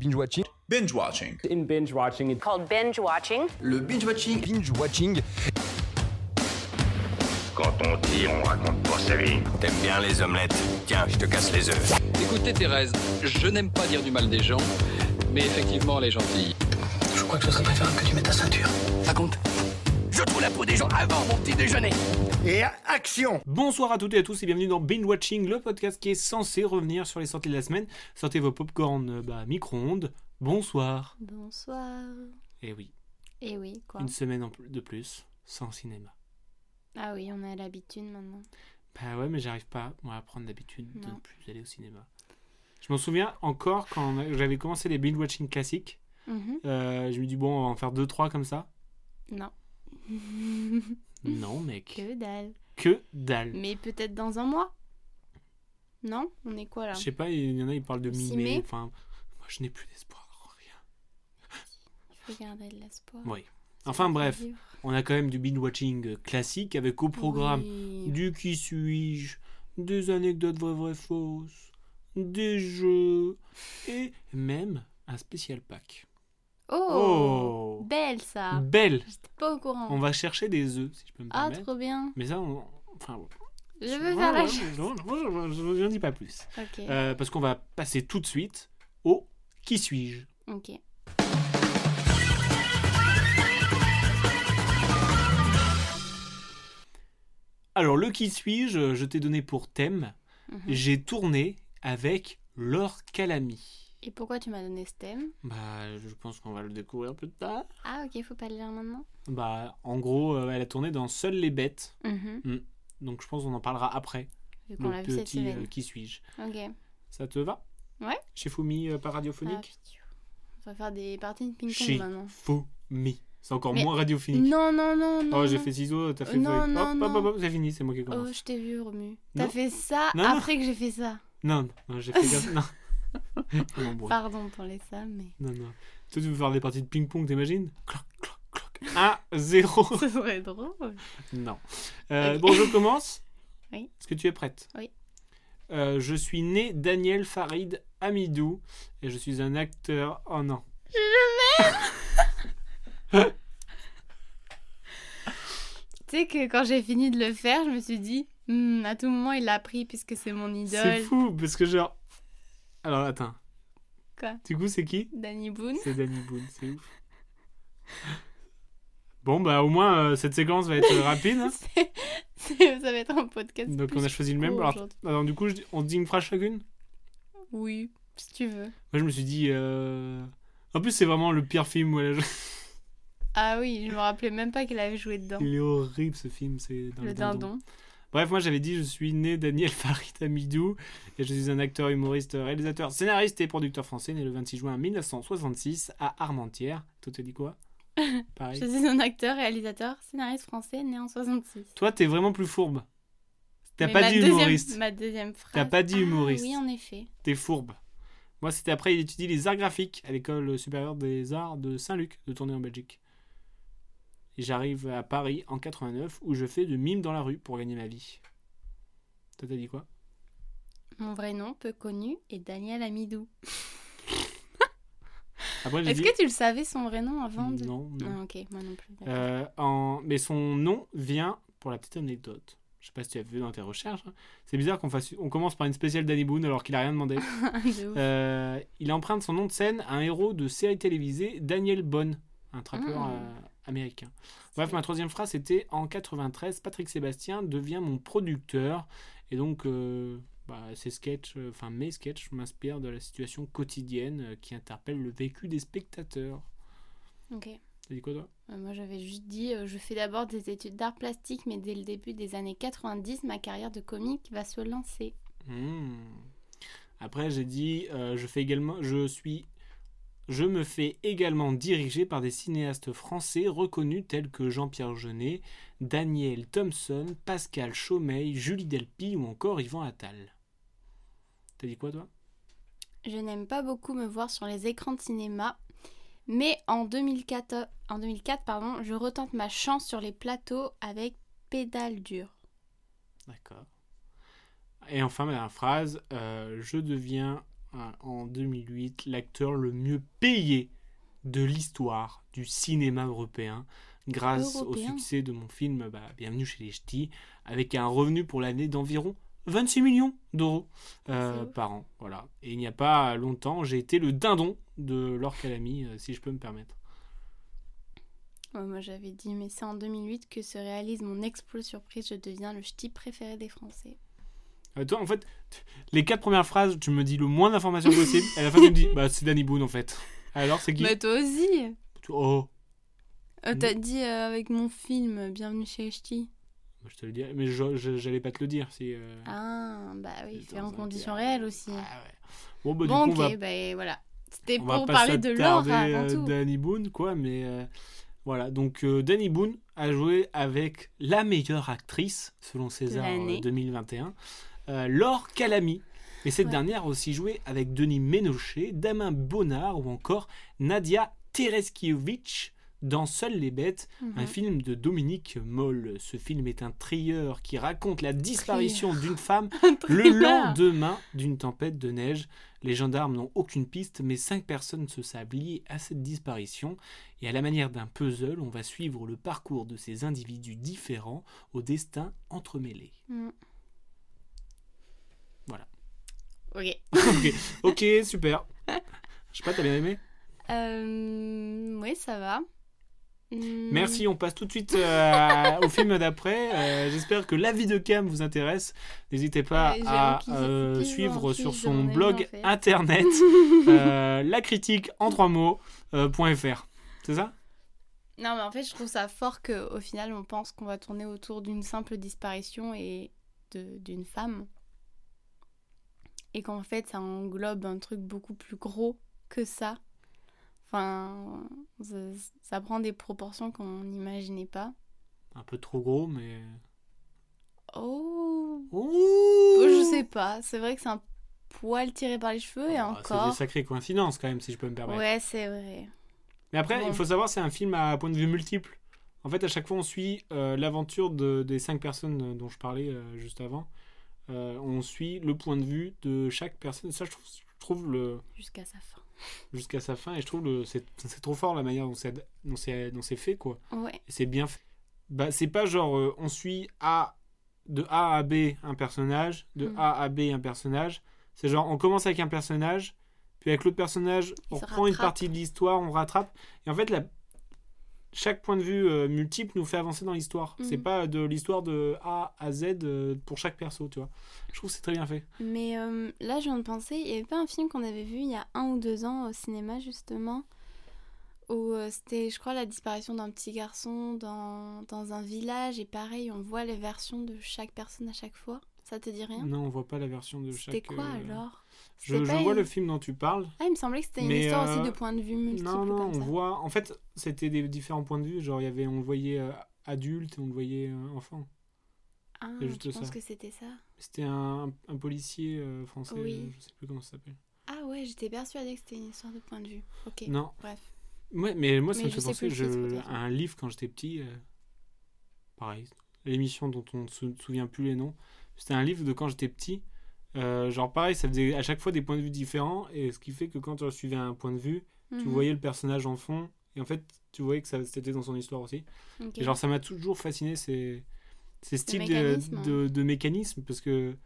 Binge watching. Binge watching. In binge watching, it called binge watching. Le binge watching. Binge watching. Quand on tire, on raconte pas sa vie. T'aimes bien les omelettes Tiens, je te casse les œufs. Écoutez Thérèse, je n'aime pas dire du mal des gens, mais effectivement elle est gentille. Je crois que ce serait préférable que tu mettes ta ceinture. Raconte. Je trouve la peau des gens avant mon petit déjeuner. Et action Bonsoir à toutes et à tous et bienvenue dans Binge Watching, le podcast qui est censé revenir sur les sorties de la semaine. Sortez vos popcorn bah, micro-ondes. Bonsoir. Bonsoir. Et oui. Et oui, quoi. Une semaine de plus sans cinéma. Ah oui, on a l'habitude maintenant. Bah ouais, mais j'arrive pas moi, à prendre l'habitude de ne plus aller au cinéma. Je m'en souviens encore quand j'avais commencé les binge watching classiques. Mm -hmm. euh, je me dis bon, on va en faire deux trois comme ça. Non. non, mec. Que dalle. Que dalle. Mais peut-être dans un mois. Non, on est quoi là Je sais pas, il y en a ils parlent de mi-mai. Enfin, moi je n'ai plus d'espoir en rien. Il faut garder de l'espoir. Oui. Enfin bref, dur. on a quand même du binge watching classique avec au programme oui. du qui suis-je, des anecdotes vraies vraies fausses, des jeux et même un spécial pack. Oh, oh Belle ça Belle J'étais pas au courant. Mm. On va chercher des œufs si je peux me ah, permettre. Ah trop bien. Mais ça on enfin bon. Je veux faire la chasse. Je n'en dis pas plus. Okay. Euh, parce qu'on va passer tout de suite au qui suis-je. OK. Alors, le qui suis-je, je t'ai donné pour thème. Mhm. Mm -hmm. J'ai tourné avec Laure Calami. Et pourquoi tu m'as donné ce thème Bah, je pense qu'on va le découvrir plus tard. Ah, ok, faut pas le lire maintenant. Bah, en gros, euh, elle a tourné dans Seules les bêtes. Mm -hmm. mm. Donc, je pense qu'on en parlera après. Vu qu'on l'a vu cette semaine. Euh, qui suis-je Ok. Ça te va Ouais. Chez Foumi, euh, pas radiophonique Ah, On va faire des parties de ping-pong Chez Euh, maintenant. Foumi. C'est encore mais... moins radiophonique. Non, non, non, non. Euh, Oh, j'ai fait ciseaux, t'as fait. Non, feuille. non, hop, non. Hop, hop, hop, c'est fini, c'est moi qui commence. Oh, je t'ai vu, Romu. T'as fait ça non, après que j'ai fait ça. Non, non, j'ai fait gaffe. Non. Pardon pour les ça, mais. Non, non. Toi, tu veux faire des parties de ping-pong, t'imagines Cloc, cloc, cloc. 1, 0. Ce serait drôle. Non. Euh, okay. Bon, je commence. Oui. Est-ce que tu es prête Oui. Euh, je suis né Daniel Farid Amidou et je suis un acteur. Oh non. Je m'aime tu sais que quand j'ai fini de le faire, je me suis dit, hm, à tout moment, il l'a pris puisque c'est mon idole. C'est fou, parce que genre. Alors attends. Quoi Du coup, c'est qui Danny Boone. C'est Danny Boone, c'est ouf. Bon, bah au moins, euh, cette séquence va être rapide. Hein. c est... C est... ça va être un podcast. Donc on a choisi le même. Alors, alors, du coup, je... on dit une phrase chacune Oui, si tu veux. Moi, je me suis dit. Euh... En plus, c'est vraiment le pire film où elle a joué. Ah oui, je me rappelais même pas qu'il avait joué dedans. Il est horrible ce film, c'est le, le dindon. dindon. Bref, moi j'avais dit je suis né Daniel Farid Amidou et je suis un acteur, humoriste, réalisateur, scénariste et producteur français né le 26 juin 1966 à Armentières. Toi t'as dit quoi Pareil. je suis un acteur, réalisateur, scénariste français né en 66. Toi t'es vraiment plus fourbe. T'as pas ma dit deuxième, humoriste. Ma deuxième phrase. T'as pas dit ah, humoriste. Oui, en effet. T'es fourbe. Moi c'était après, il étudie les arts graphiques à l'école supérieure des arts de Saint-Luc de tournée en Belgique j'arrive à Paris en 89 où je fais de mime dans la rue pour gagner ma vie. Toi, t'as dit quoi Mon vrai nom, peu connu, est Daniel Amidou. Est-ce dit... que tu le savais son vrai nom avant de... Non, non. Ah, ok, moi non plus. Euh, en... Mais son nom vient, pour la petite anecdote, je sais pas si tu as vu dans tes recherches, hein. c'est bizarre qu'on fasse... On commence par une spéciale Danny Boone alors qu'il a rien demandé. de euh, il emprunte son nom de scène à un héros de série télévisée, Daniel Bonne, un trappeur... Mmh. Euh américain. Bref, ma troisième phrase c'était en 93, Patrick Sébastien devient mon producteur et donc euh, bah, ses sketchs, enfin euh, mes sketchs m'inspirent de la situation quotidienne euh, qui interpelle le vécu des spectateurs. euh. Ok. Euh, T'as dit quoi toi Moi j'avais juste dit, euh, je fais d'abord des études d'art plastique, mais dès le début des années 90, ma carrière de comique va se lancer. Mmh. Après j'ai dit, euh, je fais également, je suis je me fais également diriger par des cinéastes français reconnus tels que Jean-Pierre Jeunet, Daniel Thompson, Pascal Chaumeil, Julie Delpy ou encore Yvan Attal. T'as dit quoi toi Je n'aime pas beaucoup me voir sur les écrans de cinéma, mais en 2004, en 2004 pardon, je retente ma chance sur les plateaux avec Pédale dure. D'accord. Et enfin, ma dernière phrase, euh, je deviens hein, en 2008 l'acteur le mieux payé de l'histoire du cinéma européen grâce Européen. au succès de mon film bah, Bienvenue chez les Ch'tis avec un revenu pour l'année d'environ 26 millions d'euros euh, C'est ouf. par an. Voilà. Et il n'y a pas longtemps, j'ai été le dindon de Laure Calamy, euh, si je peux me permettre. Ouais, moi j'avais dit, mais c'est en 2008 que se réalise mon exploit surprise, je deviens le ch'ti préféré des Français. Euh, toi, en fait, t- les quatre premières phrases, tu me dis le moins d'informations possible. et à la fin, tu me dis, bah, c'est Danny Boone en fait. Alors, c'est qui Mm. Mais toi aussi Oh, Euh, T'as dit euh, avec mon film euh, Bienvenue chez les ch'tis. je te le dirais, mais je- je- j'allais pas te le dire. Si, euh, Ah, bah oui, c'est c'est dans en un condition théâtre. réelle aussi. Ah ouais. Bon, bah, bon, du ok, coup, on va bah voilà. C'était On va pour pas parler de l'or s'attarder, avant euh, tout. Danny Boone, quoi, mais euh, voilà. Donc, euh, Danny Boone a joué avec la meilleure actrice, selon César euh, l'année. 2021, euh, Laure Calamy. Et cette Ouais. dernière a aussi joué avec Denis Ménochet, Damien Bonnard ou encore Nadia Tereskiewicz dans Seules les Bêtes, Mhm. un film de Dominique Moll. Ce film est un trieur qui raconte la disparition d'une femme le lendemain d'une tempête de neige, les gendarmes n'ont aucune piste, mais cinq personnes se savent liées à cette disparition. Et à la manière d'un puzzle, on va suivre le parcours de ces individus différents au destin entremêlé. Mm. Voilà. Ok. ok, ok, super. Je sais pas, t'as bien aimé Euh, oui, ça va. Mm. Merci, on passe tout de suite euh, au film d'après. Euh, J'espère que l'avis de Cam vous intéresse. N'hésitez pas Ouais, j'ai à envie, c'est euh, plaisant, suivre puis sur j'en son ai blog bien fait. internet euh, la critique en trois mots euh, point .fr. C'est ça Non, mais en fait, je trouve ça fort qu'au final, on pense qu'on va tourner autour d'une simple disparition et de- d'une femme. Et qu'en fait, ça englobe un truc beaucoup plus gros que ça. Enfin, ça, ça prend des proportions qu'on n'imaginait pas. Un peu trop gros, mais. Oh, Ouh je sais pas. C'est vrai que c'est un poil tiré par les cheveux et Ah, C'est encore. des sacrées coïncidences quand même, si je peux me permettre. Ouais, c'est vrai. Mais après, Bon. il faut savoir, c'est un film à point de vue multiple. En fait, à chaque fois, on suit euh, l'aventure de- des cinq personnes euh, dont je parlais euh, juste avant. Euh, on suit le point de vue de chaque personne. Ça, je trouve, je trouve le Jusqu'à sa fin. jusqu'à sa fin, et je trouve le c'est c'est trop fort la manière dont c'est ad- dont c'est dont c'est fait, quoi. Ouais. Et c'est bien fait. Bah, c'est pas genre euh, on suit A de A à B un personnage, de Mm. A à B un personnage. C'est genre on commence avec un personnage, puis avec l'autre personnage, Il on se reprend une rattrape. partie de l'histoire, on rattrape. Et en fait, la... chaque point de vue euh, multiple nous fait avancer dans l'histoire. Mm. C'est pas de l'histoire de A à Z euh, pour chaque perso, tu vois. Je trouve que c'est très bien fait. Mais euh, là, je viens de penser, il y avait pas un film qu'on avait vu il y a un ou deux ans au cinéma, justement, où euh, c'était, je crois, la disparition d'un petit garçon dans, dans un village, et pareil, on voit les versions de chaque personne à chaque fois. Ça te dit rien Non, on voit pas la version de chaque. C'était quoi euh, alors Je, C'était je pas vois une- le film dont tu parles. Ah, il me semblait que c'était une Mais, histoire euh, aussi de point de vue multiple. Non, non, comme on ça. voit. En fait, c'était des différents points de vue. Genre, il y avait, on le voyait euh, adulte et on le voyait euh, enfant. Ah, c'est juste je pense ça. que c'était ça. C'était un, un policier euh, français, Oui. je sais plus comment ça s'appelle. Ah ouais, j'étais persuadée que c'était une histoire de point de vue. Ok. Non. bref. Ouais, mais moi, ça Mais me je fait sais penser plus le titre, je- peut-être. à un livre quand j'étais petit. euh, pareil. L'émission dont on ne se souvient plus les noms. C'était un livre de quand j'étais petit. Euh, genre, pareil, ça faisait à chaque fois des points de vue différents. Et ce qui fait que quand tu suivais un point de vue, tu Mhm. voyais le personnage en fond. Et en fait, tu voyais que ça- c'était dans son histoire aussi. Ok. Et genre, ça m'a toujours fasciné ces, ces styles de, mécanisme, hein. de, de mécanismes parce que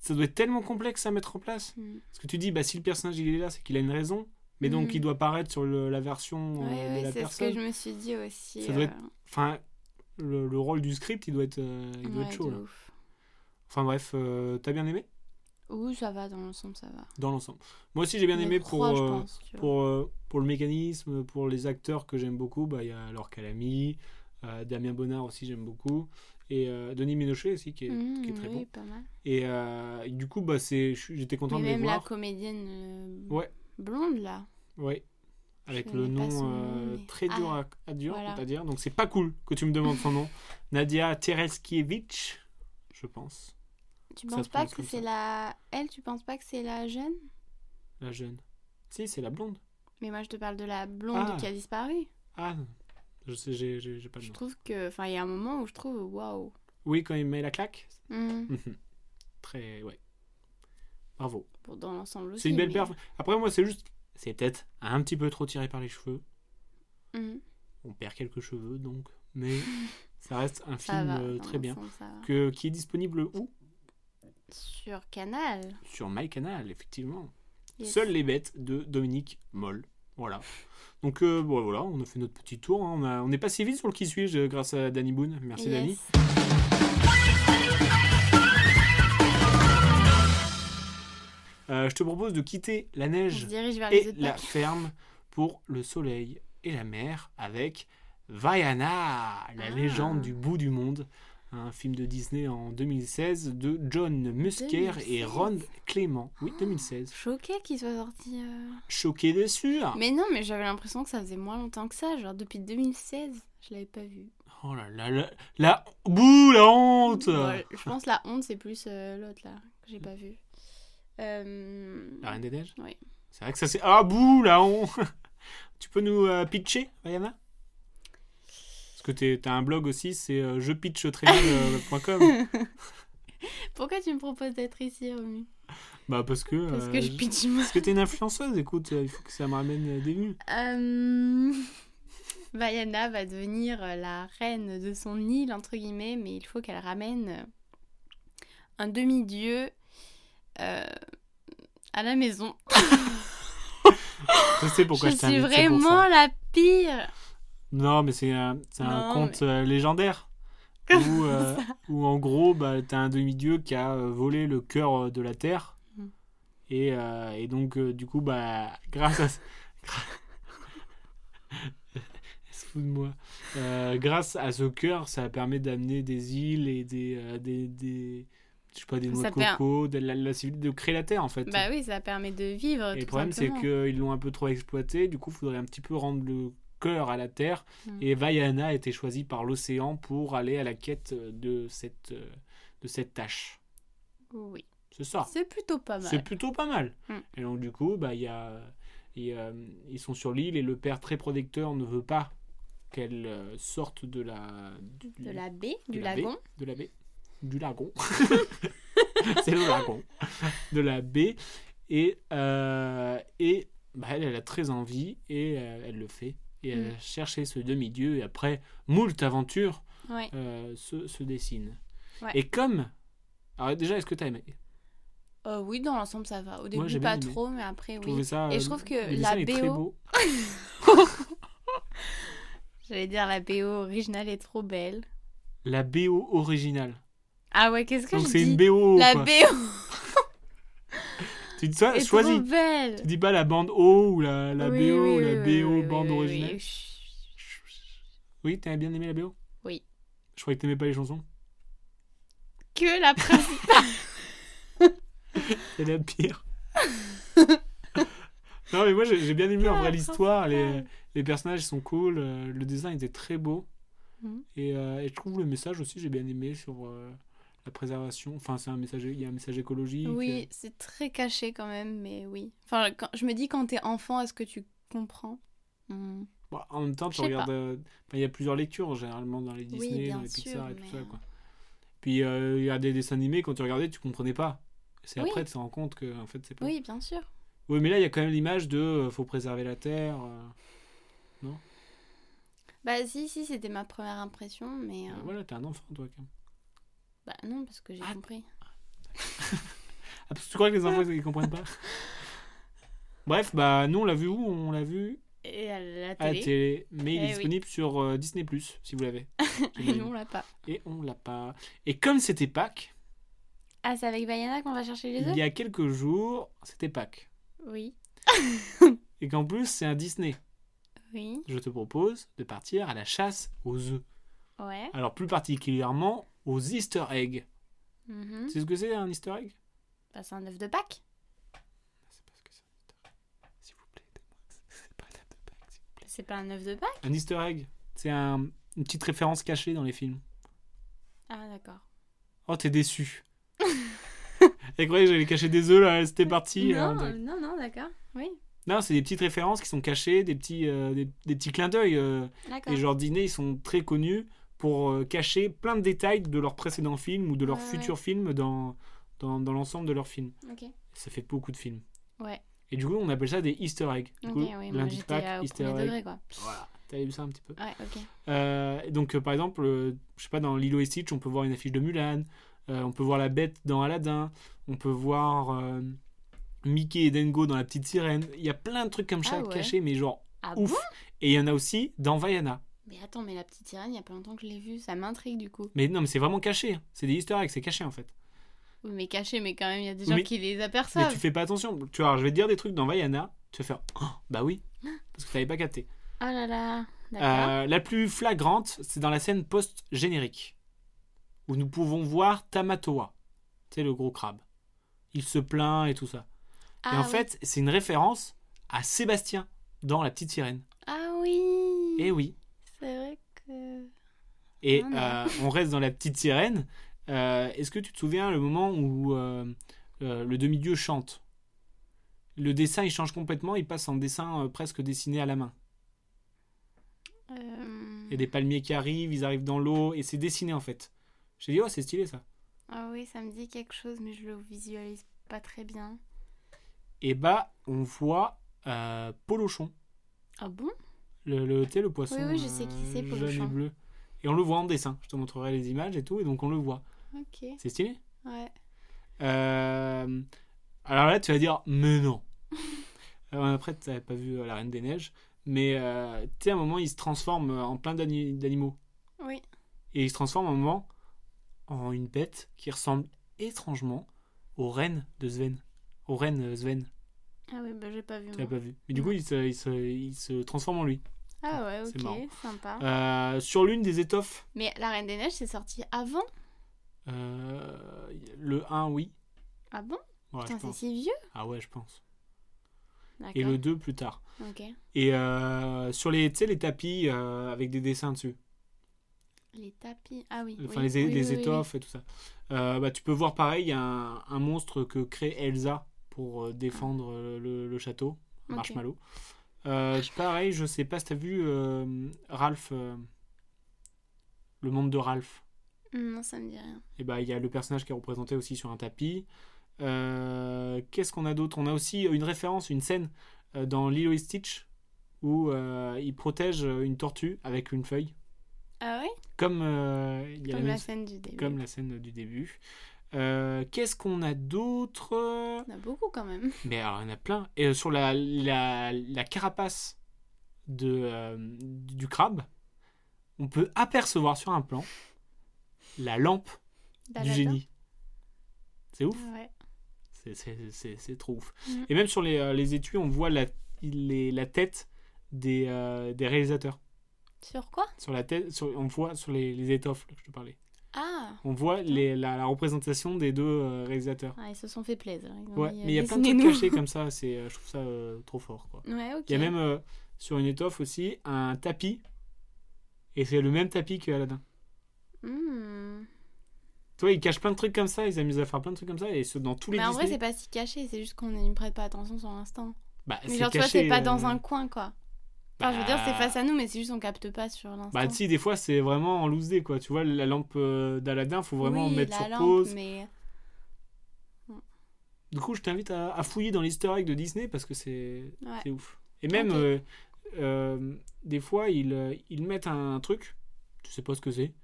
ça doit être tellement complexe à mettre en place. Hmm. Parce que tu dis, bah, si le personnage il est là, c'est qu'il a une raison, mais donc Mhm. il doit paraître sur le- la version euh, Ouais, de ouais, la c'est ce que personne. je me suis dit aussi. euh, Ça doit être Enfin, le, le rôle du script, il doit être, euh, il doit ouais, être chaud. de là. ouf. Enfin bref, euh, t'as bien aimé Oui, ça va, dans l'ensemble, ça va. Dans l'ensemble. Moi aussi, j'ai bien Les aimé trois, pour, je euh, pense, tu vois. pour, euh, pour le mécanisme, pour les acteurs que j'aime beaucoup, bah, il y a Laure Calamy, euh, Damien Bonnard aussi j'aime beaucoup, et euh, Denis Ménochet aussi qui est, Mmh, qui est très oui, bon. pas mal. Et euh, du coup, bah, c'est, je suis- j'étais content Mais de les même la voir. comédienne euh, Ouais. blonde, là. Ouais. Avec Je le connais nom pas son euh, nom, mais- très dur Ah, à, à dur, voilà. à dire, donc c'est pas cool que tu me demandes son nom. Nadia Tereskiewicz, je pense, Tu Ça penses se pas prononce que comme c'est ça. la... Elle, tu penses pas que c'est la jeune la jeune. Si, c'est la blonde. Mais moi, je te parle de la blonde Ah. qui a disparu. Ah, je sais, j'ai, j'ai, j'ai pas le Je nom. trouve que... Enfin, il y a un moment où je trouve, waouh. Oui, quand il met la claque. Mmh. Mhm. Très, ouais. Bravo. Bon, dans l'ensemble aussi. C'est une belle mais- perf. Après, moi, c'est juste. C'est peut-être un petit peu trop tiré par les cheveux. Mhm. On perd quelques cheveux, donc. Mais ça reste un Ça film va. euh, dans très bien. l'ensemble, ça va. Que, qui est disponible où Sur Canal. Sur MyCanal, effectivement. yes. Seules les bêtes de Dominique Moll. Voilà. Donc, euh, bon, voilà, on a fait notre petit tour. hein. On, a- on est passé vite sur le qui suis-je euh, grâce à Danny Boone. Merci, Yes. Danny. Euh, je te propose de quitter la On se neige dirige vers les et autres la packs. ferme pour le soleil et la mer avec Vaiana, la Ah. légende du bout du monde, un film de Disney en 2016 de John Musker et 2016. Ron Clément. Oui, Ah. 2016. Choquée qu'il soit sorti. euh. Choqué Ah, dessus. Mais non, mais j'avais l'impression que ça faisait moins longtemps que ça. Genre depuis 2016, je l'avais pas vu. Oh là là, la, la, bouh, la honte Bon, je pense la honte, c'est plus euh, l'autre là, que j'ai pas vu. Euh, La Reine des Neiges Oui. C'est vrai que ça c'est... Ah bouh, la honte Tu peux nous euh, pitcher, Vaiana Parce que t'es- t'as un blog aussi, c'est euh, jepitchtremal.com. Pourquoi tu me proposes d'être ici, Romu Bah parce que... Parce euh, que je je- pitch moi. Parce que t'es une influenceuse, écoute, euh, il faut que ça me ramène euh, des vues. Euh, Vaiana va devenir euh, la reine de son île, entre guillemets, mais il faut qu'elle ramène euh, un demi-dieu euh, à la maison. Je sais pourquoi je, je suis t'invite, c'est pour vraiment ça. la pire. Non, mais c'est un, c'est un Non, conte euh, légendaire. Où, euh, où en gros, bah, t'as un demi-dieu qui a euh, volé le cœur euh, de la terre. Mm. Et, euh, et donc, euh, du coup, bah, grâce à. gra- Elle se fout de moi. Euh, grâce à ce cœur, ça permet d'amener des îles et des. euh, des, des- je sais pas, des noix Ça de per- coco, de, la, la civil- de créer la terre en fait. Bah oui, ça permet de vivre. Et tout le problème, c'est simplement. qu'ils l'ont un peu trop exploité. Du coup, il faudrait un petit peu rendre le cœur à la terre. Mm. Et Vaiana a été choisie par l'océan pour aller à la quête de cette, euh, de cette tâche. Oui, C'est ça. c'est plutôt pas mal. Ah. C'est plutôt pas mal. Mm. Et donc, du coup, bah, il y a, il y a- ils sont sur l'île et le père très protecteur ne veut pas qu'elle euh, sorte de la, du- De la baie, de du la baie. lagon. de la baie. Du lagon. c'est le lagon. De la baie. Et, euh, et bah, elle, elle a très envie et euh, elle le fait. Et elle Mm. a cherché ce demi-dieu. Et après, moult aventures Ouais. euh, se, se dessinent. Ouais. Et comme. Alors, déjà, est-ce que t'as aimé Euh, oui, dans l'ensemble, ça va. Au début, j'ai bien pas aimé. trop, mais après, Je oui. trouvais ça, Et euh, je trouve que le dessin la est très BO beau. J'allais dire la BO originale est trop belle. La BO originale. Ah ouais, qu'est-ce que Donc, je c'est dis une BO. La quoi. BO Tu dis ça, est trop choisis. belle. Tu dis pas la bande O ou la, la Oui, BO oui, ou la oui, BO oui, oui, bande oui, oui, originale. oui. Chut. Oui, t'as bien aimé la BO Oui. Je croyais que t'aimais pas les chansons. Que la principale. C'est la pire. non, mais moi j'ai j'ai bien aimé en vrai Ah, l'histoire. Les, principale. les personnages sont cool. euh, Le design était très beau. Mhm. Et, euh, et je trouve le message aussi, j'ai bien aimé sur euh, la préservation. Enfin, c'est un message, il y a un message écologique. oui, c'est très caché quand même, mais oui. Enfin, quand- je me dis quand t'es enfant, est-ce que tu comprends Hmm. Bon, en même temps, tu Je sais regardes. euh, enfin, Il y a plusieurs lectures hein, généralement dans les Disney, bien dans les sûr, Pixar et tout mais, ça. euh, Quoi. Puis euh, il y a des dessins animés, quand tu regardais, tu comprenais pas. C'est Oui. après que tu te rends compte que en fait, c'est pas. Oui, bien sûr. Oui, mais là, il y a quand même l'image de euh, faut préserver la terre. euh, Bah si, si, c'était ma première impression, mais... euh, Voilà, t'es un enfant, toi, quand même. Bah non, parce que j'ai Ah. compris. Ah, parce que tu crois que les enfants, ils comprennent pas Bref, bah, nous, on l'a vu où On l'a vu Et à la à la télé, télé. Mais il Eh est oui. disponible sur euh, Disney, si vous l'avez. et nous, on l'a pas. Et on l'a pas. Et comme c'était Pâques, Ah, c'est avec Bayana qu'on va chercher les il œufs y a quelques jours, c'était Pâques. Oui, Et qu'en plus, c'est un Disney. oui, Je te propose de partir à la chasse aux œufs. ouais. Alors, plus particulièrement aux Easter eggs. mhm. Tu sais ce que c'est un Easter egg Bah, c'est un œuf de Pâques. Ah, C'est parce que c'est un Easter egg. S'il vous plaît, aidez-moi. C'est pas un œuf de Pâques, s'il vous plaît. C'est pas un œuf de Pâques Un Easter egg, c'est un- une petite référence cachée dans les films. Ah, d'accord. Oh, t'es déçu. Elle croyait que j'allais cacher des œufs là, c'était parti. euh, non, donc. non, non, d'accord. Oui, Non, c'est des petites références qui sont cachées, des petits, euh, des, des petits clins d'œil. euh. d'accord. Les genres Disney, ils sont très connus pour euh, cacher plein de détails de leurs précédents films ou de leurs Ouais, futurs films dans, dans, dans l'ensemble de leurs films. Ok. ça fait beaucoup de films. Ouais. Et du coup, on appelle ça des easter eggs. Du Ok, coup, ouais, moi lundi de j'étais Pâques, euh, au easter premier egg. degré, quoi. Voilà, t'avais vu ça un petit peu. Ouais, ok. Euh, et donc, euh, par exemple, euh, je sais pas, dans Lilo et Stitch, on peut voir une affiche de Mulan, euh, on peut voir la bête dans Aladdin, on peut voir euh, Mickey et Dengo dans La Petite Sirène. Il y a plein de trucs comme ça Ah ouais. cachés, mais genre Ah ouf. bon et il y en a aussi dans Vaiana. Mais attends, mais la petite sirène, il y a pas longtemps que je l'ai vue, ça m'intrigue du coup. Mais non, mais c'est vraiment caché. hein. C'est des easter eggs, c'est caché en fait. Oui, mais caché, mais quand même, il y a des gens Mais- qui les Mais aperçoivent. tu fais pas attention. Tu vois, alors, je vais te dire des trucs dans Vaiana, tu vas faire Oh, bah oui, parce que t'avais pas capté. Oh là là, d'accord. Euh, la plus flagrante, c'est dans la scène post-générique, où nous pouvons voir Tamatoa, c'est le gros crabe. Il se plaint et tout ça. et ah, en oui. fait, c'est une référence à Sébastien dans La Petite Sirène. Ah oui Et oui. C'est vrai que. Et Ah non. euh, on reste dans La Petite Sirène. Euh, Est-ce que tu te souviens le moment où euh, euh, le demi-dieu chante Le dessin, il change complètement, il passe en dessin euh, presque dessiné à la main. euh, Il y Mmh. a des palmiers qui arrivent, ils arrivent dans l'eau, et c'est dessiné en fait. J'ai dit, oh, c'est stylé ça. Ah oui, ça me dit quelque chose, mais je le visualise pas très bien. et bah on voit euh, Polochon, Ah bon le, le, tu sais, le poisson. euh, Oui, oui, je sais qui c'est, jaune et Polochon. bleu. Et on le voit en dessin. Je te montrerai les images et tout, et donc on le voit. Ok. C'est stylé. Ouais. Euh, alors là, tu vas dire, mais non. Alors après, tu n'avais pas vu euh, La Reine des Neiges, mais euh, tu sais, à un moment, il se transforme euh, en plein d'ani- d'animaux. Oui. Et il se transforme à un moment en une bête qui ressemble étrangement aux reines de Sven. Aux reines euh, Sven, Ah oui, bah j'ai pas vu. tu l'as moi. pas vu. Mais du coup, il se- il se- il se transforme en lui. Ah ouais, C'est marrant. ok, sympa. Euh, sur l'une des étoffes, Mais La Reine des Neiges, c'est sorti avant euh, le 1, oui. Ah bon Ouais, Putain, je c'est pense. si vieux Ah ouais, je pense. Et D'accord. le 2 plus tard. Ok. Et euh, sur les, tu sais, les tapis euh, avec des dessins dessus, Les tapis. Ah oui. enfin oui, les, oui, les oui, oui, étoffes et tout ça, Euh, bah, tu peux voir pareil, il y a un, un monstre que crée Elsa pour euh, défendre euh, le, le château, Ok. Marshmallow. Euh, pareil, je sais pas si t'as vu euh, Ralph, euh, le monde de Ralph. oui. Mmh, Non, ça me dit rien. Et bah, il y a le personnage qui est représenté aussi sur un tapis. Euh, Qu'est-ce qu'on a d'autre On a aussi une référence, une scène euh, dans Lilo et Stitch où euh, il protège une tortue avec une feuille, Ah oui comme, euh, il y a la Comme la même- scène du début. comme la scène du début. Euh, Qu'est-ce qu'on a d'autre On a beaucoup quand même. Mais alors, il y en a plein. Et euh, sur la, la, la carapace de, euh, du crabe, on peut apercevoir sur un plan la lampe du D'Aladdin. génie. C'est ouf. Ah Ouais. C'est- c'est- C'est c'est trop ouf. Mm. Et même sur les, euh, les étuis, on voit la, les- la tête des, euh, des réalisateurs. Sur quoi Sur la tête, sur- on voit sur les, les étoffes là, que je te parlais. Ah On voit les- la, la représentation des deux euh, réalisateurs. Ah, ils se sont fait plaisir. Ils ont Ouais, dit, euh, mais il y a plein de trucs dessinez-nous. cachés comme ça. C'est, euh, je trouve ça euh, trop fort. quoi. Ouais, ok. Il y a même euh, sur une étoffe aussi un tapis. Et c'est le même tapis que Aladdin. Hmm. Tu vois, ils cachent plein de trucs comme ça. Ils s'amusent à faire plein de trucs comme ça. Et ce, dans tous les Mais en vrai, Disney- c'est pas si caché, c'est juste qu'on n'y prête pas attention sur l'instant. Bah, Mais c'est genre, tu vois, caché, c'est pas dans euh, un coin, quoi. Enfin, je veux dire, c'est bah, face à nous, mais c'est juste on capte pas sur l'instant. Bah si, des fois c'est vraiment en loose day quoi. Tu vois la lampe euh, d'Aladin, faut vraiment oui, mettre la sur lampe, pause. mais... Du coup, je t'invite à, à fouiller dans l'easter egg de Disney parce que c'est Ouais. c'est ouf. Et même Ok. euh, euh, des fois ils, euh, ils mettent un truc, tu sais pas ce que c'est. Et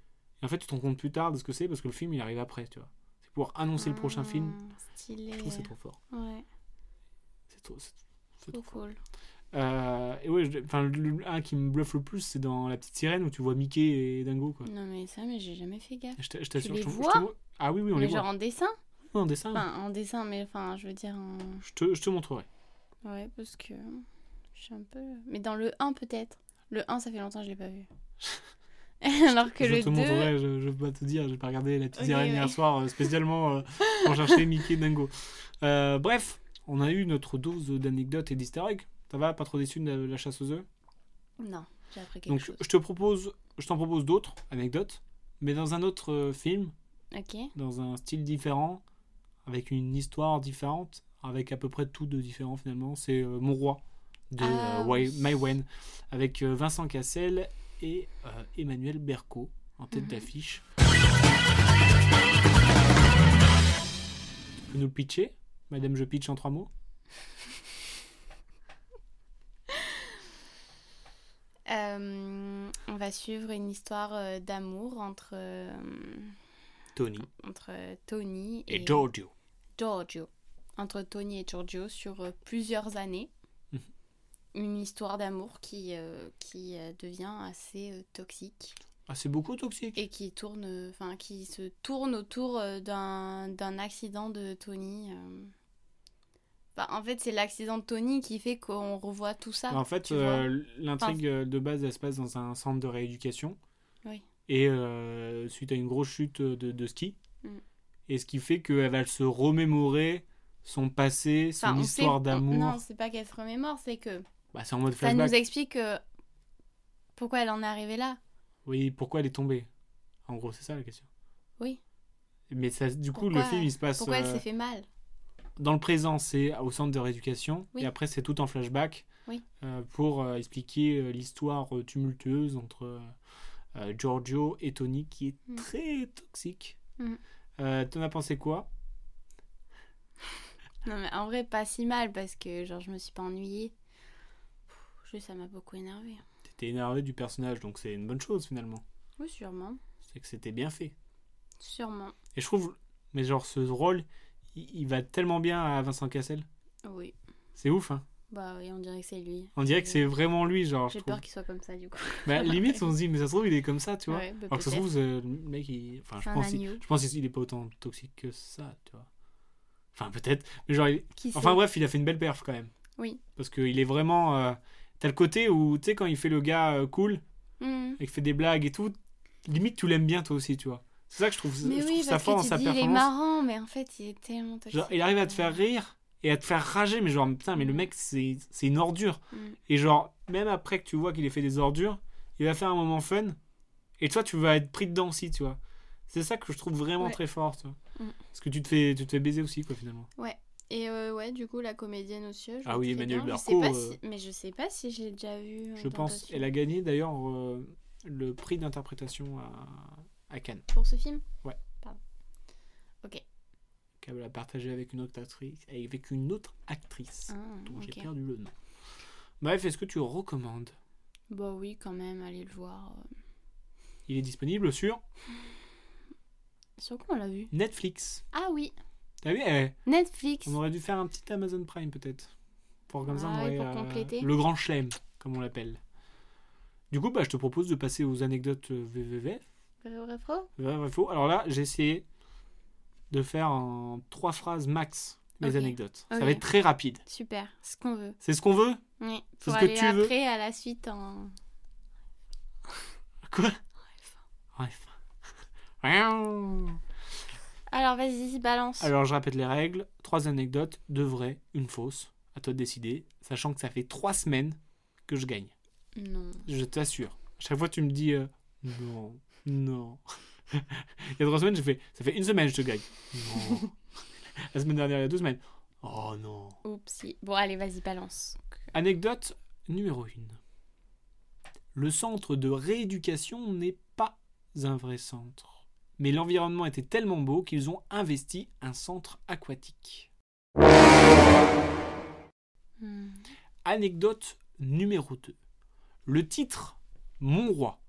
en fait, tu te rends compte plus tard de ce que c'est parce que le film il arrive après, tu vois. C'est pour annoncer le prochain Hmm, film. Stylé. Je trouve que c'est trop fort. Ouais, C'est trop c'est trop- c'est trop trop fort. cool. Euh, et ouais, je- enfin le- le- un qui me bluffe le plus, c'est dans La Petite Sirène où tu vois Mickey et Dingo quoi. Non, mais ça, mais j'ai jamais fait gaffe. Je t'a- je t'assure, Mm. les je te- je te vois vois- Ah oui oui, on mais les genre voit. en dessin En dessin. Enfin, en dessin, mais enfin, je veux dire en... Je te, je te montrerai. Ouais, parce que je suis un peu... Mais dans le 1, peut-être. Le 1, ça fait longtemps que je l'ai pas vu. Alors que je le te 2... montrerai, je, ne peux pas te dire, j'ai pas regardé la petite Ok, sirène hier ouais. soir euh, spécialement euh, pour chercher Mickey et Dingo. Euh, bref, on a eu notre dose d'anecdotes et d'easter eggs. Ça va, pas trop déçu de la, la chasse aux œufs. Non, j'ai appris quelque Donc chose. je te propose, je t'en propose d'autres anecdotes, mais dans un autre euh, film, Ok, dans un style différent, avec une histoire différente, avec à peu près tout de différent finalement. C'est euh, Mon Roi de Ah, euh, Wai- oui. Mai Wen, avec euh, Vincent Cassel et euh, Emmanuel Berco en tête Mhm. d'affiche. Tu peux nous le pitcher Madame, je pitch en trois mots. Euh, on va suivre une histoire euh, d'amour entre, euh, Tony entre Tony et Giorgio. Giorgio. Entre Tony et Giorgio sur euh, plusieurs années. Mhm. Une histoire d'amour qui, euh, qui euh, devient assez euh, toxique Ah, c'est beaucoup toxique. et qui, tourne, euh, enfin, qui se tourne autour euh, d'un d'un accident de Tony. euh. Bah, en fait, c'est l'accident de Tony qui fait qu'on revoit tout ça. en fait, Ah, tu vois. euh, l'intrigue euh, de base, elle se passe dans un centre de rééducation. Oui. Et euh, suite à une grosse chute de, de ski. Mm. Et ce qui fait qu'elle va se remémorer son passé, son Enfin, on sait- histoire on- d'amour. Non, c'est pas qu'elle se remémore, c'est que Bah, c'est en mode ça flashback. nous explique euh, pourquoi elle en est arrivée là. Oui, pourquoi elle est tombée En gros, c'est ça la question. Oui. Mais ça, du coup, le Pourquoi- film, il se passe Pourquoi elle euh, s'est fait mal. dans le présent, c'est au centre de rééducation. Oui. Et après, c'est tout en flashback Oui. euh, pour euh, expliquer euh, l'histoire euh, tumultueuse entre euh, euh, Giorgio et Tony, qui est Mm. très toxique. Mm. Euh, T'en as pensé quoi Non, mais en vrai, pas si mal parce que genre, je me suis pas ennuyée. Pff, Juste, ça m'a beaucoup énervée. T'étais énervé du personnage, donc c'est une bonne chose finalement. Oui, sûrement. C'est que c'était bien fait. Sûrement. Et je trouve, mais genre, ce rôle, il, il va tellement bien à Vincent Cassel. Oui. C'est ouf, hein. Bah oui, on dirait que c'est lui. On dirait que c'est vraiment lui, genre. J'ai je trouve. peur qu'il soit comme ça du coup. Bah, limite, on se dit, mais ça se trouve, il est comme ça, tu vois. Ouais, bah, Alors que ça se peut-être. trouve, euh, le mec, il... enfin, je C'est un pense, il... agneau. je pense qu'il est pas autant toxique que ça, tu vois. Enfin, peut-être. Mais genre, il- Qui enfin sait bref, il a fait une belle perf quand même. Oui. Parce qu'il est vraiment. euh, T'as le côté où, tu sais, quand il fait le gars euh, cool Mhm. et qu'il fait des blagues et tout, limite, tu l'aimes bien toi aussi, tu vois. C'est ça que je trouve, Mais je oui, trouve ça parce fort dans que sa tu dis, il est performance. marrant, mais en fait, il est tellement toxique. Genre, il arrive à te faire rire et à te faire rager, mais genre, putain, mais le mec, c'est c'est une ordure. Mm. Et genre, même après que tu vois qu'il ait fait des ordures, il va faire un moment fun, et toi, tu vas être pris dedans aussi, tu vois. C'est ça que je trouve vraiment Ouais. très fort, tu vois. Mm. Parce que tu te, fais, tu te fais baiser aussi, quoi, finalement. Et euh, ouais, du coup, la comédienne aussi. je Ah la oui, trouve Emmanuel bien. Je sais Berco, pas euh, si- Mais je sais pas si je l'ai déjà vu. euh, je dans pense. d'autres Elle a gagné, d'ailleurs, euh, le prix d'interprétation à, à Cannes, Pour ce film Ouais. Pardon. Ok. qu'elle a partagé avec une autre actrice. Avec une autre actrice Ah, dont ok. j'ai perdu le nom. Bref, est-ce que tu recommandes Bah oui, quand même, allez le voir. euh. Il est disponible sur Sur quoi on l'a vu Netflix. Ah oui, T'as vu eh, Netflix. On aurait dû faire un petit Amazon Prime peut-être. Pour comme ça, on Ah aurait, oui, pour euh, compléter. le grand chelem, comme on l'appelle. Du coup, bah, je te propose de passer aux anecdotes euh, VVV. Vrai, vrai, faux Vrai, vrai, faux. Alors là, j'ai essayé de faire en trois phrases max mes Ok. anecdotes. Ça Ok. va être très rapide. Super, ce qu'on veut. C'est ce qu'on veut Oui, C'est pour ce que aller tu veux. après à la suite en. Quoi Bref. Alors vas-y, balance. Alors, je répète les règles. Trois anecdotes, deux vraies, une fausse. À toi de décider, sachant que ça fait trois semaines que je gagne. Non. Je t'assure. À Chaque fois, tu me dis euh, non, non. il y a trois semaines, j'ai fait ça fait une semaine, je te gagne. Non. La semaine dernière, il y a deux semaines. Oh non. Oupsie. Bon, allez, vas-y, balance. Anecdote numéro 1. Le centre de rééducation n'est pas un vrai centre. Mais l'environnement était tellement beau qu'ils ont investi un centre aquatique. Hmm. Anecdote numéro 2. Le titre Mon roi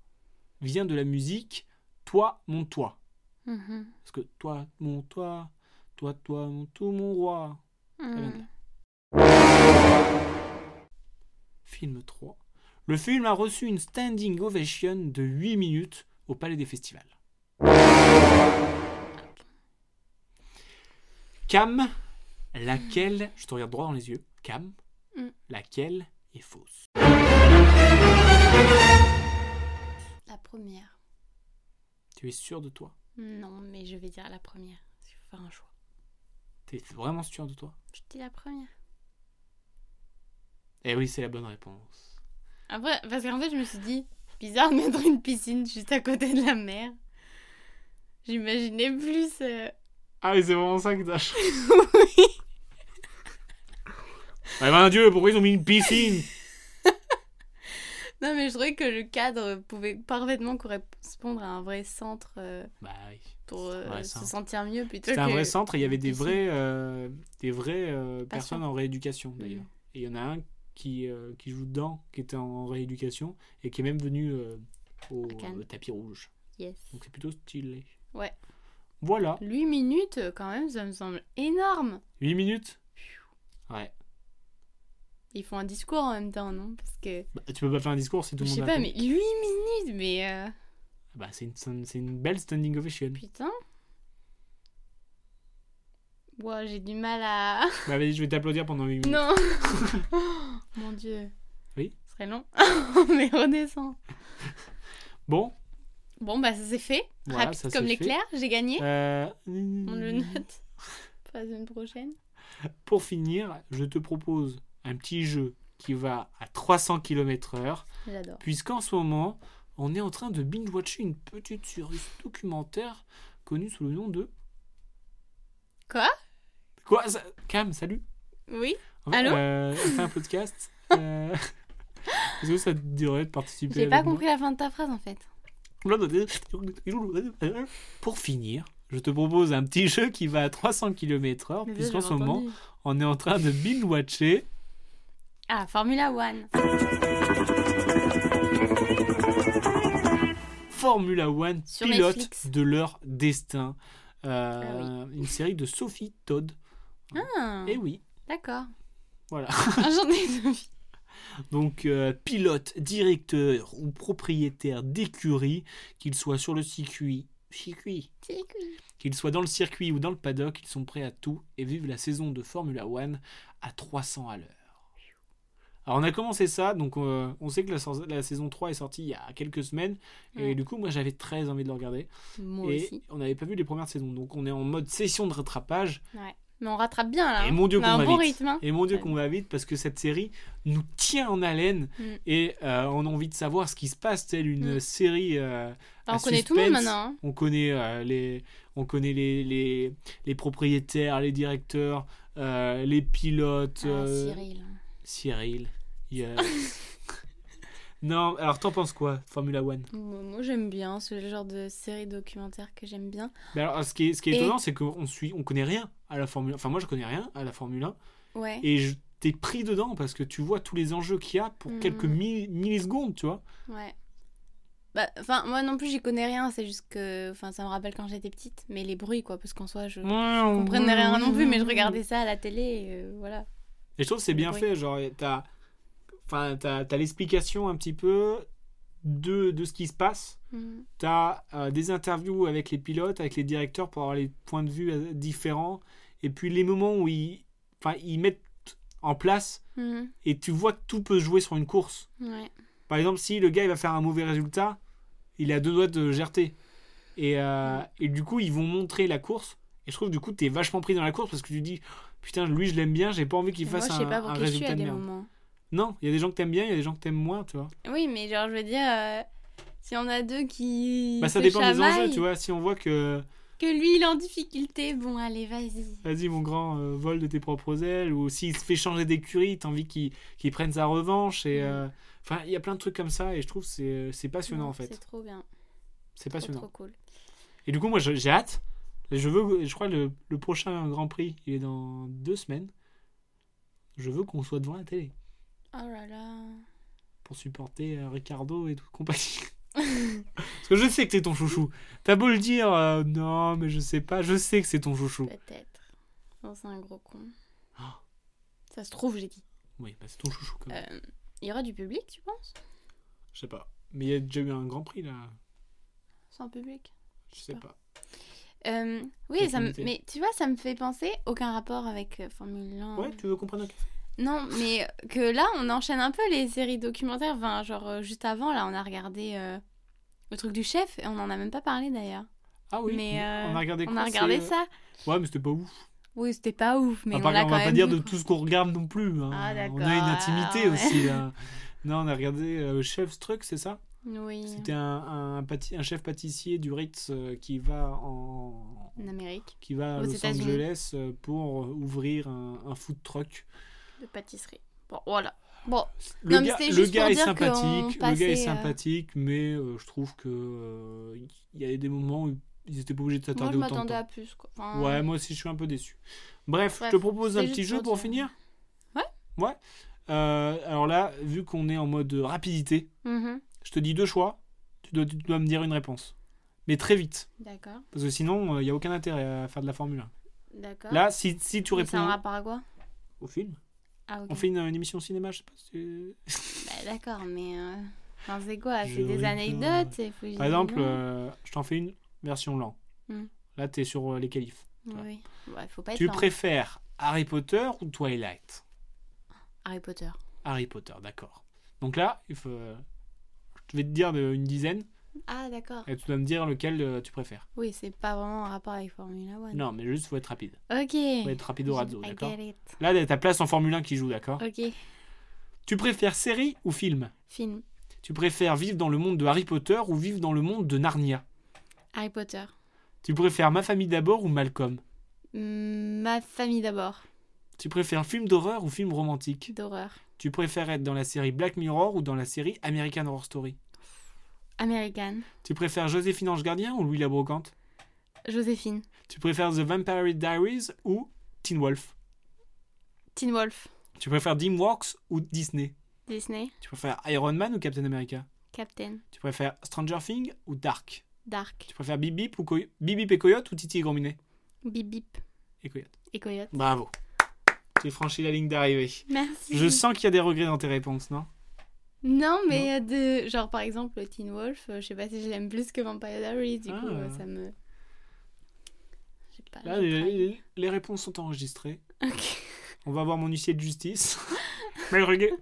vient de la musique Toi, mon toit. Mhm. Parce que toi, mon toit, toi, toi, mon tout, mon roi. Hmm. Ça vient de là. Film 3. Le film a reçu une standing ovation de 8 minutes au Palais des Festivals. Cam, laquelle, je te regarde droit dans les yeux, Cam, Mm. laquelle est fausse La première. Tu es sûr de toi Non, mais je vais dire la première. Parce qu'il faut faire un choix. Tu es vraiment sûr de toi Je dis la première. Eh oui, c'est la bonne réponse. Après, Ah parce qu'en fait, je me suis dit, bizarre de mettre une piscine juste à côté de la mer. J'imaginais plus. euh, Ah, mais c'est vraiment ça que t'as choisi. Eh ben Dieu, pourquoi ils ont mis une piscine Non, mais je trouvais que le cadre pouvait parfaitement correspondre à un vrai centre. euh, Bah oui. pour euh, Ouais, ça. se sentir mieux plutôt C'était que. un vrai centre et il y avait des Ici. vrais, euh, des vrais euh, Patients. personnes en rééducation d'ailleurs. Mm. Et il y en a un qui, euh, qui joue dedans, qui était en rééducation et qui est même venu euh, au À Cannes. euh, tapis rouge. Yes. Donc c'est plutôt stylé. Ouais. Voilà, 8 minutes, euh, quand même, ça me semble énorme. 8 minutes. Ouais. Ils font un discours en même temps, non Parce que. Bah, tu peux pas faire un discours si tout Je le monde sais a pas, fait. mais 8 minutes, mais. euh, Bah, c'est une, c'est une belle standing ovation. Putain. Wow, j'ai du mal à. Bah, vas-y, je vais t'applaudir pendant 8 minutes. Non Mon dieu. Oui Ce serait long. mais redescend. Bon, Bon, bah, ça c'est fait. Voilà, Rapide ça, comme c'est l'éclair, j'ai gagné. euh, On le note. Pour la semaine prochaine. Pour finir, je te propose un petit jeu qui va à 300 km/h, J'adore. puisqu'en ce moment, on est en train de binge-watcher une petite série documentaire connue sous le nom de. Quoi Quoi ça- Cam, salut Oui En fait, Allô euh, On fait un podcast. euh, Est-ce que ça te dirait de participer J'ai pas avec moi compris la fin de ta phrase en fait. Pour finir, je te propose un petit jeu qui va à 300 km/h, puisqu'en ce moment, on est en train de binge-watcher. Ah, Formula One. Formula One, Sur pilote Netflix. de leur destin. Euh, Une série de Sophie Todd. Ah, Et oui. d'accord. Voilà. Ah, J'en ai Sophie. Donc, euh, pilote, directeur ou propriétaire d'écurie, qu'il soit sur le circuit, circuit, qu'il soit dans le circuit ou dans le paddock, ils sont prêts à tout et vivent la saison de Formula One à 300 à l'heure. Alors, on a commencé ça, donc euh, on sait que la, sa- la saison 3 est sortie il y a quelques semaines, et Ouais. du coup, moi j'avais très envie de le regarder. Moi et aussi. on n'avait pas vu les premières saisons. Donc on est en mode session de rattrapage. Mais on rattrape bien là. Et hein. mon Dieu on a qu'on un va bon vite. rythme. hein. Et mon Dieu Ouais. qu'on va vite parce que cette série nous tient en haleine Mm. et euh, on a envie de savoir ce qui se passe. Telle une Mm. série, euh, Enfin, un on connaît tout le monde suspense. maintenant. hein. on connaît euh, les, on connaît les, les, les propriétaires, les directeurs, euh, les pilotes. Ah, euh, Cyril. Cyril. Yes. non, alors t'en penses quoi, Formula One Moi, moi, j'aime bien ce genre de série documentaire que j'aime bien. Mais alors, ce qui est, ce qui est Et- étonnant, c'est qu'on suit, on connaît rien à la Formule. Enfin, moi, je connais rien à la Formule 1. Ouais. et je t'es pris dedans parce que tu vois tous les enjeux qu'il y a pour Mhm. quelques mi- millisecondes, tu vois. Ouais. Bah, enfin, moi non plus, j'y connais rien. C'est juste que, enfin, ça me rappelle quand j'étais petite. Mais les bruits, quoi, parce qu'en soi, je On comprenais rien non plus. Mais je mmh, regardais ça à la télé. Et euh, voilà. Et je trouve que c'est bien Oui. fait, genre t'as, enfin t'as, t'as l'explication un petit peu de, de ce qui se passe. Mm. T'as euh, des interviews avec les pilotes, avec les directeurs pour avoir les points de vue euh, différents. Et puis les moments où ils, enfin ils mettent en place Mm. et tu vois que tout peut se jouer sur une course. Ouais. Par exemple, si le gars il va faire un mauvais résultat, il a deux doigts de GRT. Et, euh, et du coup, ils vont montrer la course. Et je trouve, du coup, t'es vachement pris dans la course parce que tu dis Putain, lui, je l'aime bien, j'ai pas envie qu'il Et Moi, fasse je sais un, pas un pour qui je suis résultat à de des merde. moments. Non, il y a des gens que t'aimes bien, il y a des gens que t'aimes moins, tu vois. Oui, mais genre, je veux dire, euh, s'il y en a deux qui. bah, ça se dépend des enjeux, chamaillent, tu vois. Si on voit que, Que lui, il est en difficulté. Bon, allez, vas-y. vas-y, mon grand, euh, vole de tes propres ailes, ou s'il se fait changer d'écurie, t'as envie qu'il qu'il prenne sa revanche. Et, Mm. euh, Enfin, il y a plein de trucs comme ça, et je trouve que c'est c'est passionnant, Non, en fait. C'est trop bien. C'est Trop, passionnant. trop cool. Et du coup, moi, je- j'ai hâte. Je veux, je crois, le, le prochain Grand Prix, il est dans deux semaines. Je veux qu'on soit devant la télé Oh là là. pour supporter euh, Ricardo et toute compagnie. Parce que je sais que c'est ton chouchou. T'as beau le dire, euh, non, mais je sais pas, je sais que c'est ton chouchou. Peut-être. Non, c'est un gros con. Ah. Ça se trouve, j'ai dit. Oui, bah, c'est ton chouchou quand même. Euh, il y aura du public, tu penses Je sais pas. Mais il y a déjà eu un Grand Prix là. Sans public Je sais pas. Euh, Oui, Quelle ça me... qualité. mais tu vois, ça me fait penser, aucun rapport avec euh, Formule 1. Ouais, tu veux comprendre un café Non, mais euh, que là, on enchaîne un peu les séries documentaires. Enfin, genre, euh, juste avant, là, on a regardé euh, le truc du chef et on en a même pas parlé d'ailleurs. Ah oui, mais euh, on a regardé on quoi, a regardé c'est- ça. Ouais, mais c'était pas ouf. Oui, c'était pas ouf, mais Ah, on par l'a contre, quand on va pas même dire vu, de quoi. tout ce qu'on regarde non plus. hein. Ah, on d'accord, a une intimité ouais. aussi. hein. Non, on a regardé euh, Chef's Truck, c'est ça Oui, C'était un, un, pâti- un chef pâtissier du Ritz euh, qui va en en Amérique, qui va à Aux Los États-Unis. Angeles euh, pour euh, ouvrir un, un food truck. de pâtisserie. Bon, voilà. Bon, Le Non, mais gars, c'était le juste gars pour est dire qu'on sympathique, le gars passait, est euh, sympathique, mais euh, je trouve que euh, il y a des moments où ils étaient pas obligés de Moi, s'attarder je autant de m'attendais temps. à plus. Quoi. Enfin, Ouais, moi aussi, je suis un peu déçu. Bref, Bref, je te propose un c'est petit juste jeu pour pour dire. finir. Ouais. Ouais. Euh, alors là, vu qu'on est en mode rapidité, mhm, je te dis deux choix. Tu dois, tu dois me dire une réponse. Mais très vite. D'accord. Parce que sinon, il n'y a aucun intérêt à faire de la Formule 1. D'accord. Là, si, si tu Mais C'est un réponds rapport à quoi au film, Ah, ok. on fait une, une émission cinéma, je sais pas si tu- Bah, D'accord, mais. euh, enfin, c'est quoi Je C'est des rigole. anecdotes il faut que je Par dise exemple, non. euh, je t'en fais une version lent. Hmm. Là, tu es sur euh, les qualifs. toi. Oui. Ouais, faut pas être Tu lent. préfères Harry Potter ou Twilight Harry Potter. Harry Potter, d'accord. Donc là, il faut... euh, je vais te dire de- une dizaine Ah, d'accord. et tu dois me dire lequel euh, tu préfères. Oui, c'est pas vraiment en rapport avec Formule 1. Non, mais juste, faut être rapide. Ok. Faut être rapide au razzo, I d'accord get it. Là, t'as ta place en Formule 1 qui joue, d'accord Ok. Tu préfères série ou film Film. Tu préfères vivre dans le monde de Harry Potter ou vivre dans le monde de Narnia Harry Potter. Tu préfères Ma famille d'abord ou Malcolm Hmm, Ma famille d'abord. Tu préfères film d'horreur ou film romantique D'horreur. Tu préfères être dans la série Black Mirror ou dans la série American Horror Story Américaine. Tu préfères Joséphine Ange Gardien ou Louis la Brocante Joséphine. Tu préfères The Vampire Diaries ou Teen Wolf Teen Wolf. Tu préfères DreamWorks ou Disney Disney. Tu préfères Iron Man ou Captain America Captain. Tu préfères Stranger Things ou Dark Dark. Tu préfères Bip Bip, ou Coy- Bip Bip et Coyote ou Titi et Grand Minet Bip Bip. Et Coyote. Et Coyote. Bravo. Tu franchi la ligne d'arrivée. Merci. Je sens qu'il y a des regrets dans tes réponses, non Non, mais euh, de... genre par exemple Teen Wolf, euh, je sais pas si je l'aime plus que Vampire Diaries, du coup Ah. euh, ça me. Je sais Ah, pas. Là, je trahis. les, les réponses sont enregistrées. Ok. On va voir mon huissier de justice. Mais regarde,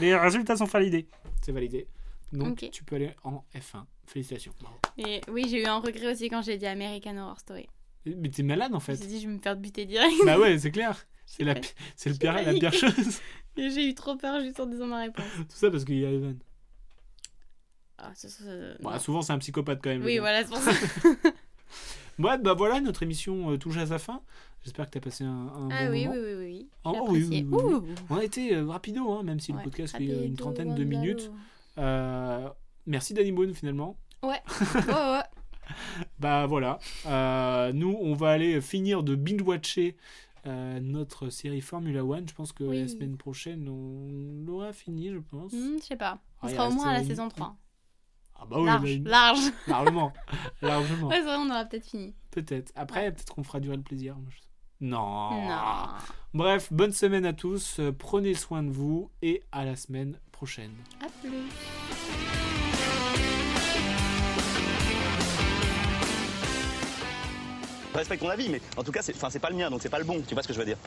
les résultats sont validés. C'est validé. Donc, Ok. tu peux aller en F1. Félicitations. Bravo. Et oui, j'ai eu un regret aussi quand j'ai dit American Horror Story. Mais t'es malade en Je fait. me suis dit, je vais me faire buter direct. bah ouais, c'est clair. C'est la, pas- pi- c'est le pire, pas la dit. pire chose. Et J'ai eu trop peur juste en disant ma réponse. Tout ça parce qu'il y a Evan. Ah, ça, ça, ça- Bah, non. souvent, c'est un psychopathe quand même. oui, le gars. voilà, c'est pour ça. Ouais, bah voilà, notre émission euh, touche à sa fin. J'espère que t'as passé un, un ah bon oui, moment. oui, oui, oui. Oh, J'ai oui, oui, apprécié. oui, oui. Ouh. On a été euh, rapido, hein, même si le Ouais, podcast fait rapido, euh, une trentaine de mandalo. minutes. Euh, merci Danny Boone finalement. Ouais, ouais. Bah voilà, Euh, nous on va aller finir de binge-watcher euh, notre série Formula One. Je pense que la Oui. semaine prochaine on l'aura fini, je pense. Hmm, je sais pas. On Ouais, il sera au reste, moins à la euh, saison 3. Ah bah oui, large, bah, large. largement, largement. Ouais, c'est vrai, on aura peut-être fini. Peut-être. Après, peut-être qu'on fera durer le plaisir. moi, je sais. Non. Non. Bref, bonne semaine à tous. euh, Prenez soin de vous et à la semaine prochaine. À plus. respecte ton avis, mais en tout cas, c'est enfin, c'est pas le mien, donc c'est pas le bon. Tu vois ce que je veux dire